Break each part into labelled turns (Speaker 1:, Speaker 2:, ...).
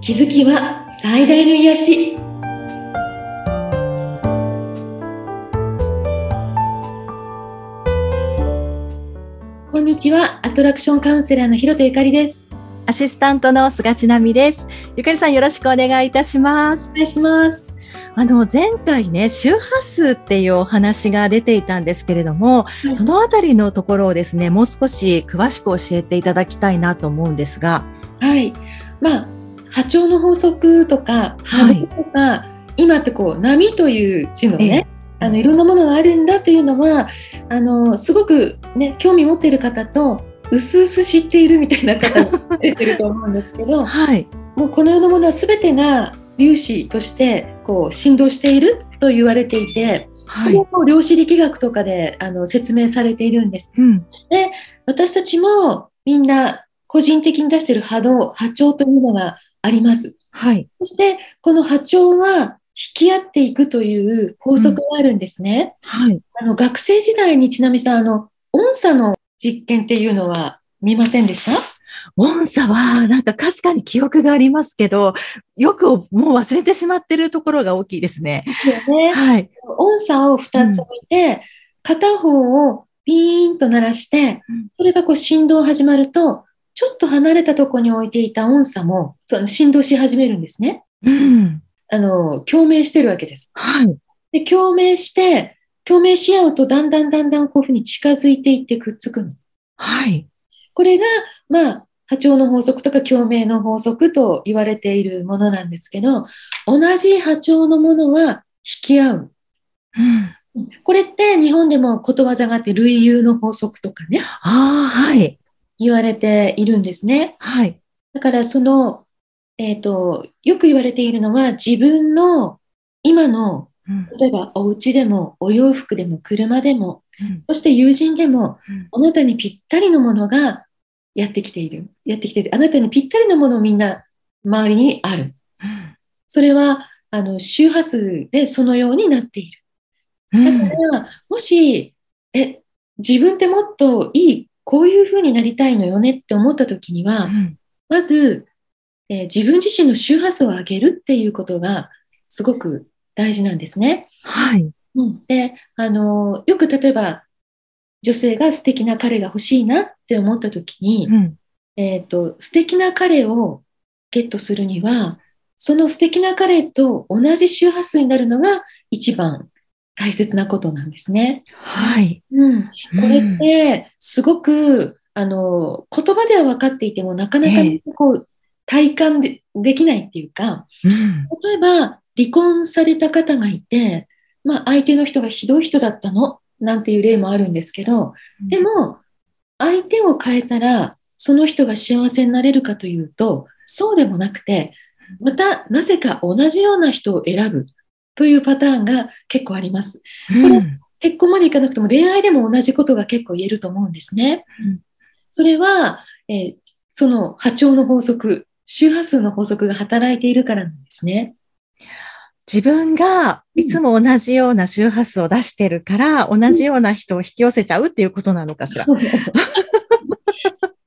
Speaker 1: 気づきは最大の癒しこんにちはアトラクションカウンセラーのひろとゆかりです
Speaker 2: アシスタントの菅千奈美です。ゆかりさんよろしくお願いいたします。
Speaker 1: お願いします
Speaker 2: あの前回ね周波数っていうお話が出ていたんですけれども、
Speaker 1: い
Speaker 2: そのあたりのところをですねもう少し詳しく教えていただきたいなと思うんですが、
Speaker 1: はいまあ波長の法則とか波
Speaker 2: はい
Speaker 1: 動とか、今ってこう波という字のね
Speaker 2: ええ
Speaker 1: あのいろんなものがあるんだというのはあのすごくね興味持っている方と薄々知っているみたいな方も出てると思うんですけ ど
Speaker 2: はい、
Speaker 1: もうこの世のものは全てが粒子としてこう振動していると言われていて、
Speaker 2: は
Speaker 1: これはもう量子力学とかであの説明されているんです。
Speaker 2: うん、
Speaker 1: 私たちもみんな個人的に出している波動、波長というのがあります。
Speaker 2: はい、
Speaker 1: そしてこの波長は引き合っていくという法則があるんですね。
Speaker 2: はい、
Speaker 1: あの学生時代にちなみにさんあの音差の実験っていうのは見ませんでした
Speaker 2: 音差はなんかかすかに記憶がありますけど、よくもう忘れてしまってるところが大きいですね。
Speaker 1: ね
Speaker 2: はい、
Speaker 1: 音叉を2つ置いて、片方をピーンと鳴らして
Speaker 2: うん、
Speaker 1: それがこう振動始まると、ちょっと離れたところに置いていた音叉もその振動し始めるんですね。
Speaker 2: うん、
Speaker 1: あの、共鳴してるわけです。
Speaker 2: はい、
Speaker 1: で、共鳴して、共鳴し合うとだんだんだんだんこういうふうに近づいていってくっつくの。
Speaker 2: はい、
Speaker 1: これが、まあ、波長の法則とか共鳴の法則と言われているものなんですけど、同じ波長のものは引き合う。
Speaker 2: うん、
Speaker 1: これって日本でもことわざがあって類友の法則とかね、
Speaker 2: ああ、はい、
Speaker 1: 言われているんですね。
Speaker 2: はい、
Speaker 1: だからその、えっ、と、よく言われているのは自分の今の、
Speaker 2: うん
Speaker 1: 例えばお家でもお洋服でも車でも、
Speaker 2: うん
Speaker 1: そして友人でも、
Speaker 2: うん
Speaker 1: あなたにぴったりのものがやってきている。やってきている。あなたにぴったりのものをみんな周りにある。それは、あの、周波数でそのようになっている。
Speaker 2: うん、う
Speaker 1: だ
Speaker 2: ん
Speaker 1: から、もし、え、自分ってもっといい、こういう風になりたいのよねって思った時には、まず、えー自分自身の周波数を上げるっていうことがすごく大事なんですね。
Speaker 2: はい。
Speaker 1: うん、で、あのーよく例えば、女性が素敵な彼が欲しいなって思った時に、
Speaker 2: ん。
Speaker 1: えっと、素敵な彼をゲットするには、その素敵な彼と同じ周波数になるのが一番大切なことなんですね。
Speaker 2: はい。
Speaker 1: うん、これ
Speaker 2: うん
Speaker 1: ってすごくあの言葉では分かっていてもなかなか
Speaker 2: ええ
Speaker 1: こう体感でできないっていうか
Speaker 2: うん。
Speaker 1: 例えば離婚された方がいて、まあ、相手の人がひどい人だったのなんていう例もあるんですけどでも相手を変えたらその人が幸せになれるかというとそうでもなくてまたなぜか同じような人を選ぶというパターンが結構あります。
Speaker 2: うん、
Speaker 1: 結婚までいかなくても恋愛でも同じことが結構言えると思うんですね。
Speaker 2: うん
Speaker 1: それは、えーその波長の法則、周波数の法則が働いているからなんですね。
Speaker 2: 自分がいつも同じような周波数を出してるから、同じような人を引き寄せちゃうっていうことなのか しら。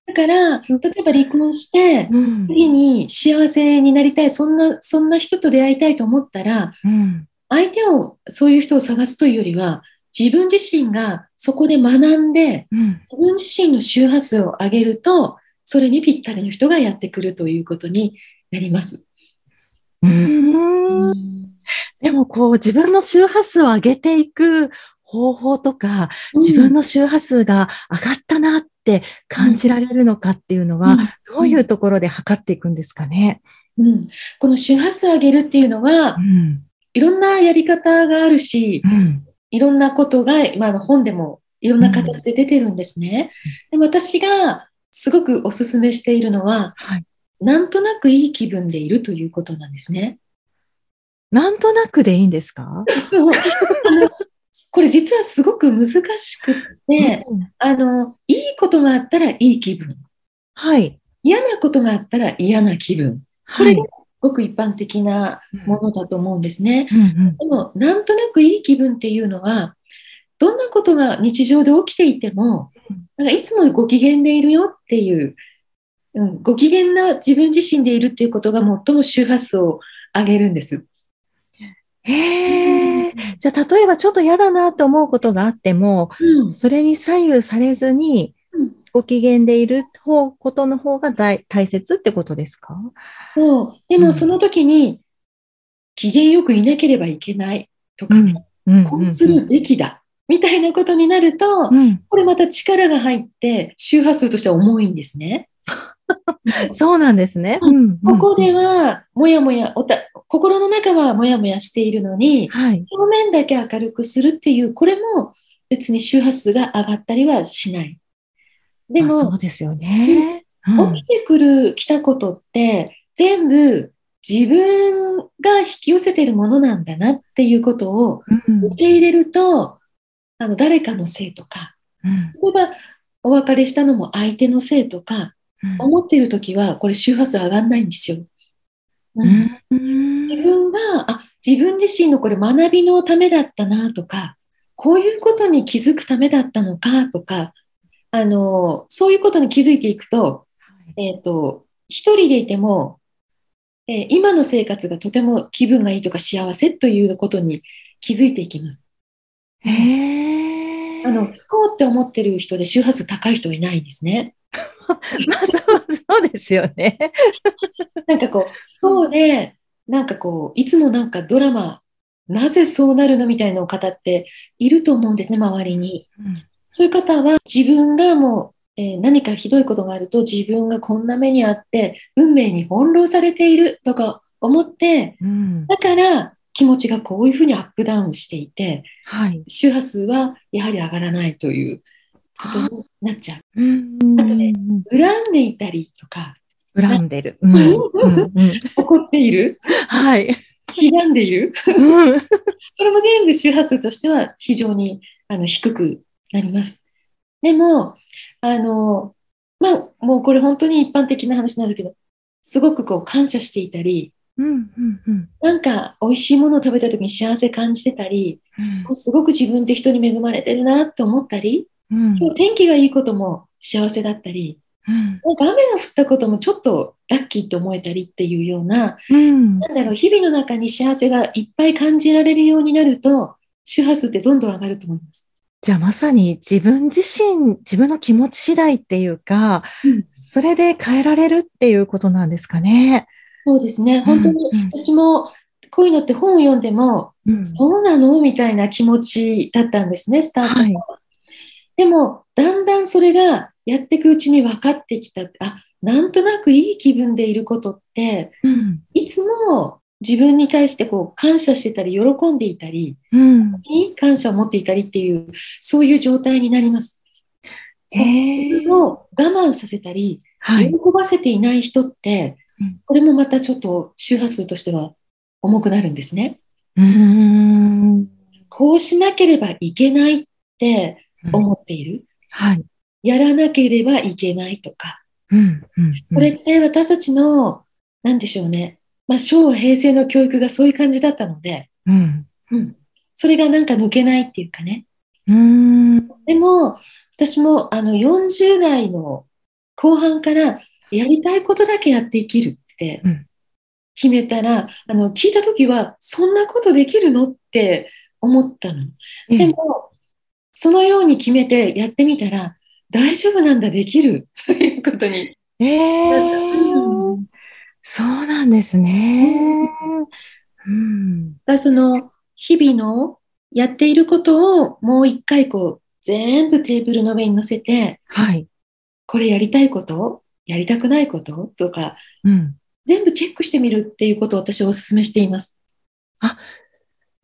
Speaker 1: だから、例えば離婚して、
Speaker 2: うん
Speaker 1: 次に幸せになりたい、そんな、そんな人と出会いたいと思ったら、
Speaker 2: うん。
Speaker 1: 相手を、そういう人を探すというよりは、自分自身がそこで学んで、
Speaker 2: うん。
Speaker 1: 自分自身の周波数を上げると、それにぴったりの人がやってくるということになります。
Speaker 2: うんでもこう、自分の周波数を上げていく方法とか、自分の周波数が上がったなって感じられるのかっていうのは、どういうところで測っていくんですかね。
Speaker 1: うんうんこの周波数上げるっていうのは
Speaker 2: ん。
Speaker 1: いろんなやり方があるし
Speaker 2: うん。
Speaker 1: いろんなことが、まああの、本でもいろんな形で出てるんですね。で私がすごくおすすめしているのは
Speaker 2: はい。
Speaker 1: なんとなくいい気分でいるということなんです ね。
Speaker 2: なんとなくでいいんですか
Speaker 1: そうあのこれ実はすごく難しくって
Speaker 2: うん
Speaker 1: あのいいことがあったらいい気分
Speaker 2: はい。
Speaker 1: 嫌なことがあったら嫌な気分これがごく一般的なものだと思うんですね。
Speaker 2: うんうん
Speaker 1: でも、なんとなくいい気分っていうのは、どんなことが日常で起きていても
Speaker 2: うん、
Speaker 1: なんかいつもご機嫌でいるよっていう、うん、ご機嫌な自分自身でいるっていうことが最も周波数を上げるんです。
Speaker 2: へえ。じゃあ、例えばちょっと嫌だなと思うことがあっても、
Speaker 1: うん
Speaker 2: それに左右されずに
Speaker 1: うん、
Speaker 2: ご機嫌でいる方ことの方が大大切ってことですか
Speaker 1: そう。で
Speaker 2: うん
Speaker 1: もその時に、機嫌よくいなければいけないとか、
Speaker 2: うん
Speaker 1: こうするべきだ、みたいなことになると、
Speaker 2: うん
Speaker 1: これまた力が入って、周波数としては重いんですね。
Speaker 2: そうなんですね。うん
Speaker 1: ここで、は、もやもや、おた心の中はもやもやしているのに、
Speaker 2: はい。
Speaker 1: 表面だけ明るくするっていう、これも別に周波数が上がったりはしない。で
Speaker 2: あ
Speaker 1: も
Speaker 2: そ、うですよね。うん
Speaker 1: 起きてくる、来たことって、全部自分が引き寄せてるものなんだなっていうことを
Speaker 2: うん
Speaker 1: 受け入れると、あの、誰かのせいとか、
Speaker 2: うん
Speaker 1: 例えばお別れしたのも相手のせいとか、
Speaker 2: うん
Speaker 1: 思っている時は、これ周波数上がんないんですよ。
Speaker 2: うん
Speaker 1: 自分が、あ、自分自身のこれ学びのためだったなとか、こういうことに気づくためだったのかとか、あの、そういうことに気づいていくと、えっ、と、一人でいても、えー今の生活がとても気分がいいとか幸せということに気づいていきます。
Speaker 2: へえ。
Speaker 1: あ の、不幸って思ってる人で周波数高い人はいないんですね。
Speaker 2: まあ、そう、そうですよね。
Speaker 1: なんかこう、不幸で、なんかこう、いつもなんかドラマ、なぜそうなるのみたいな方っていると思うんですね、周りに。そういう方は自分がもう、えー何かひどいことがあると自分がこんな目にあって運命に翻弄されているとか思って
Speaker 2: うん。
Speaker 1: だから気持ちがこういうふうにアップダウンしていて、
Speaker 2: はい。
Speaker 1: 周波数はやはり上がらないということになっちゃ
Speaker 2: うん。
Speaker 1: う。恨んでいたりとか、
Speaker 2: 恨んでる。うんうんうん
Speaker 1: 怒っている、
Speaker 2: はい。
Speaker 1: ひがんでいる、
Speaker 2: うん
Speaker 1: これも全部周波数としては非常にあの低くなります。でも、あの、まあ、もうこれ本当に一般的な話なんだけど、すごくこう感謝していたり、
Speaker 2: うんうんうん
Speaker 1: なんか美味しいものを食べた時に幸せ感じてたり、あすごく自分って人に恵まれてるなって思ったり、
Speaker 2: うん
Speaker 1: 今日天気がいいことも幸せだったり、
Speaker 2: うん
Speaker 1: なんか雨が降ったこともちょっとラッキーと思えたりっていうような、
Speaker 2: うん
Speaker 1: なんだろう、日々の中に幸せがいっぱい感じられるようになると、周波数ってどんどん上がると思います。
Speaker 2: じゃあまさに自分自身、自分の気持ち次第っていうか、
Speaker 1: うん
Speaker 2: それで変えられるっていうことなんですかね。
Speaker 1: そうですね、本当に
Speaker 2: うん
Speaker 1: 私もこういうのって本を読んでも、
Speaker 2: うん
Speaker 1: そうなのみたいな気持ちだったんですね、スタート
Speaker 2: はい。
Speaker 1: でも、だんだんそれがやっていくうちに分かってきた。あ、なんとなくいい気分でいることって、
Speaker 2: うん
Speaker 1: いつも自分に対してこう感謝してたり、喜んでいたり、
Speaker 2: うん
Speaker 1: に感謝を持っていたりっていう、そういう状態になります。
Speaker 2: へ
Speaker 1: そ
Speaker 2: え
Speaker 1: れを我慢させたり、
Speaker 2: は
Speaker 1: 喜
Speaker 2: い。
Speaker 1: ばせていない人って
Speaker 2: うん、
Speaker 1: これもまたちょっと周波数としては重くなるんですね。
Speaker 2: うーん。
Speaker 1: こうしなければいけないって思っている。
Speaker 2: はい。
Speaker 1: やらなければいけないとか。
Speaker 2: うん。うん
Speaker 1: これっ、て私たちの、なんでしょうね。まあ、昭和平成の教育がそういう感じだったので、
Speaker 2: うん。
Speaker 1: うん。それがなんか抜けないっていうかね。
Speaker 2: うーん。
Speaker 1: でも、私もあの40代の後半からやりたいことだけやって生きるって
Speaker 2: うん
Speaker 1: 決めたら、あの聞いた時はそんなことできるのって思ったの。でも、そのように決めてやってみたら、大丈夫なんだ、できるということに。
Speaker 2: ええ
Speaker 1: う
Speaker 2: そうなんですね。うん。
Speaker 1: がその日々のやっていることをもう一回こう全部テーブルの上に乗せて
Speaker 2: はい。
Speaker 1: これやりたいことやりたくないこととか
Speaker 2: うん。
Speaker 1: 全部チェックしてみるっていうことを私はお勧めしています。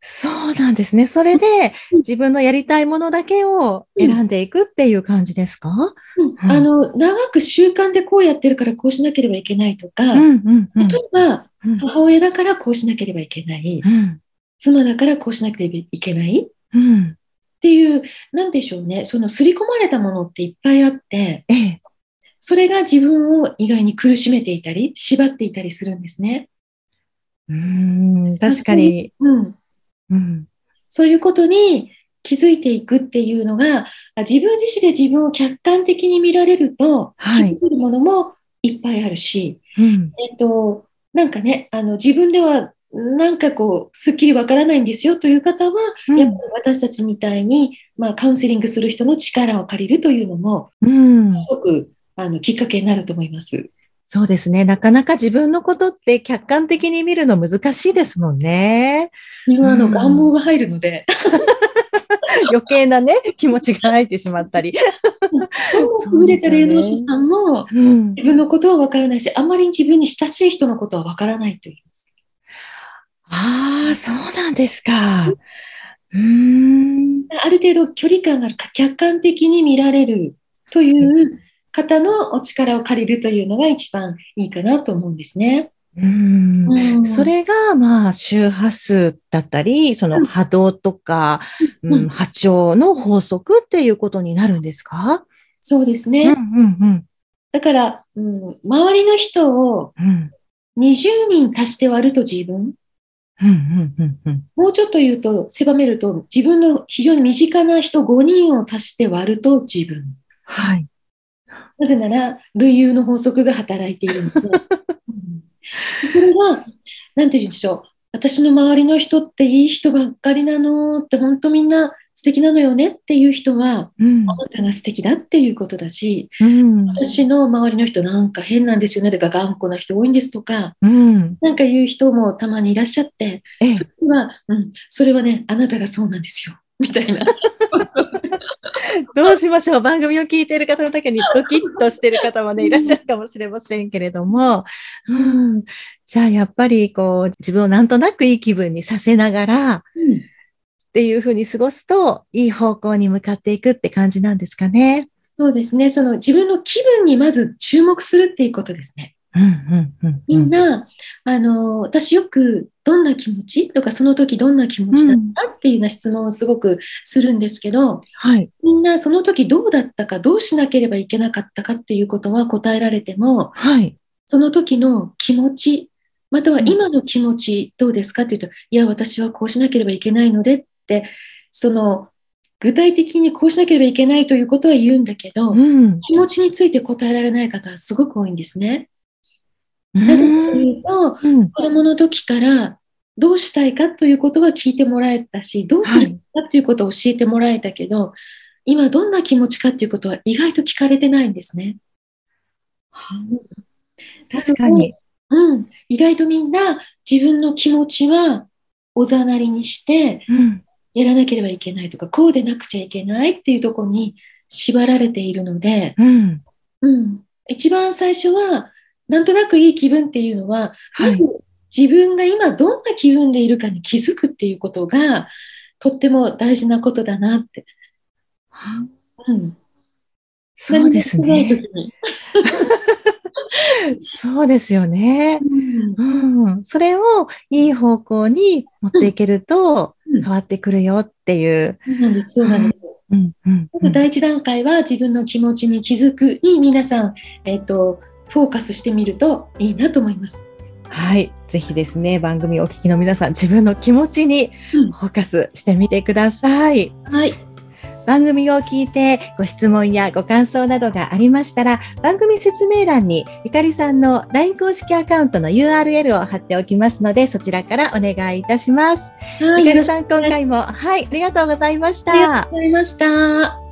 Speaker 2: そうなんですね。それで
Speaker 1: うん
Speaker 2: 自分のやりたいものだけを選んでいくっていう感じですかうん
Speaker 1: あの長く習慣でこうやってるからこうしなければいけないとか、
Speaker 2: うんうんうん
Speaker 1: 例えば
Speaker 2: うん
Speaker 1: 母親だからこうしなければいけない、
Speaker 2: うん
Speaker 1: 妻だからこうしなければいけない
Speaker 2: うん
Speaker 1: っていうなんでしょうねその刷り込まれたものっていっぱいあって
Speaker 2: ええ。
Speaker 1: それが自分を意外に苦しめていたり縛っていたりするんですね。
Speaker 2: うん。確かに。
Speaker 1: うん、
Speaker 2: うん。
Speaker 1: そういうことに気づいていくっていうのが、あ自分自身で自分を客観的に見られると、
Speaker 2: はい
Speaker 1: 気づけるものもいっぱいあるし、
Speaker 2: うん。
Speaker 1: えっと、なんかね、あの、自分では、なんかこう、すっきりわからないんですよという方は、
Speaker 2: うん
Speaker 1: やっぱり私たちみたいに、まあ、カウンセリングする人の力を借りるというのも、
Speaker 2: うん。
Speaker 1: すごく、あの、きっかけになると思います。
Speaker 2: そうですね。なかなか自分のことって客観的に見るの難しいですもんね。
Speaker 1: 自分は、あの、
Speaker 2: うん
Speaker 1: 願望が入るので、
Speaker 2: 余計なね、気持ちが入ってしまったり。
Speaker 1: 優れた霊能者さんも、
Speaker 2: うん。
Speaker 1: 自分のことはわからないし、あまり自分に親しい人のことはわからないという。
Speaker 2: ああ、そうなんですか。うーん。
Speaker 1: ある程度距離感があるか客観的に見られるという方のお力を借りるというのが一番いいかなと思うんですね。
Speaker 2: うん。
Speaker 1: うん
Speaker 2: それが、まあ、周波数だったり、その波動とか、
Speaker 1: うん
Speaker 2: うん、波長の法則っていうことになるんですか
Speaker 1: そうです
Speaker 2: うん、う
Speaker 1: ね。
Speaker 2: ん、
Speaker 1: だから、うん、周りの人を
Speaker 2: うん。うん、
Speaker 1: 20人足して割ると自分、
Speaker 2: うん、うん、うん。
Speaker 1: もうちょっと言うと、狭めると、自分の非常に身近な人5人を足して割ると自分。
Speaker 2: はい。
Speaker 1: なぜなら、類友の法則が働いているので。うんこれが、なんて言うんでしょう。私の周りの人っていい人ばっかりなのって、本当みんな素敵なのよねっていう人は、
Speaker 2: うん
Speaker 1: あ、なたが素敵だっていうことだし、
Speaker 2: うん、
Speaker 1: 私の周りの人なんか変なんですよね。だから頑固な人多いんですとか、
Speaker 2: うん。
Speaker 1: なんか言う人もたまにいらっしゃって、
Speaker 2: ええ
Speaker 1: それは、うん、それはね、あなたがそうなんですよ。みたいな。
Speaker 2: どうしましょう番組を聞いている方のだけにドキッとしている方もね、いらっしゃるかもしれませんけれども、うん、じゃあやっぱりこう、自分をなんとなくいい気分にさせながらっていうふうに過ごすと、いい方向に向かっていくって感じなんですかね。
Speaker 1: そうですね。その自分の気分にまず注目するっていうことですね。
Speaker 2: うん、うん、うん。
Speaker 1: みん、な、あの、私よくどんな気持ちとか、その時どんな気持ちだったっていうような質問をすごくするんですけど、
Speaker 2: はい。
Speaker 1: みんなその時どうだったか、どうしなければいけなかったかっていうことは答えられても、
Speaker 2: はい。
Speaker 1: その時の気持ち、または
Speaker 2: うん
Speaker 1: 今の気持ちどうですかっていうと、いや、私はこうしなければいけないのでって、その、具体的にこうしなければいけないということは言うんだけど、
Speaker 2: うん。
Speaker 1: 気持ちについて答えられない方はすごく多いんですね。
Speaker 2: うん
Speaker 1: なぜかというと、
Speaker 2: うん。
Speaker 1: 子供の時からどうしたいかということは聞いてもらえたし、どうするかということを教えてもらえたけど、今どんな気持ちかということは意外と聞かれてないんですね。
Speaker 2: 確かに。
Speaker 1: うん。意外とみんな自分の気持ちはおざなりにして、
Speaker 2: うん。
Speaker 1: やらなければいけないとか、こうでなくちゃいけないっていうところに縛られているので、
Speaker 2: うん。
Speaker 1: うん。一番最初は、なんとなくいい気分っていうのは、
Speaker 2: は
Speaker 1: ま
Speaker 2: い
Speaker 1: ず。自分が今どんな気分でいるかに気づくっていうことがとっても大事なことだなって。うん、
Speaker 2: そうです
Speaker 1: 何もして
Speaker 2: ね。
Speaker 1: ない
Speaker 2: そうですよね。
Speaker 1: 時に
Speaker 2: うん、それをいい方向に持っていけると
Speaker 1: うん
Speaker 2: 変わってくるよっていう。
Speaker 1: そうなんです、そうなんです。
Speaker 2: うんうん
Speaker 1: まず第一段階は自分の気持ちに気づくに皆さん、えっとフォーカスしてみるといいなと思います。
Speaker 2: はい。ぜひですね、番組お聞きの皆さん、自分の気持ちに
Speaker 1: うん
Speaker 2: フォーカスしてみてください。
Speaker 1: はい、
Speaker 2: 番組を聞いてご質問やご感想などがありましたら、番組説明欄にゆかりさんの LINE 公式アカウントの URL を貼っておきますので、そちらからお願いいたします。
Speaker 1: はい、よろ
Speaker 2: ゆかり
Speaker 1: しく
Speaker 2: さん、今回も、はい、ありがとうございまし
Speaker 1: お願い
Speaker 2: た。
Speaker 1: ございました。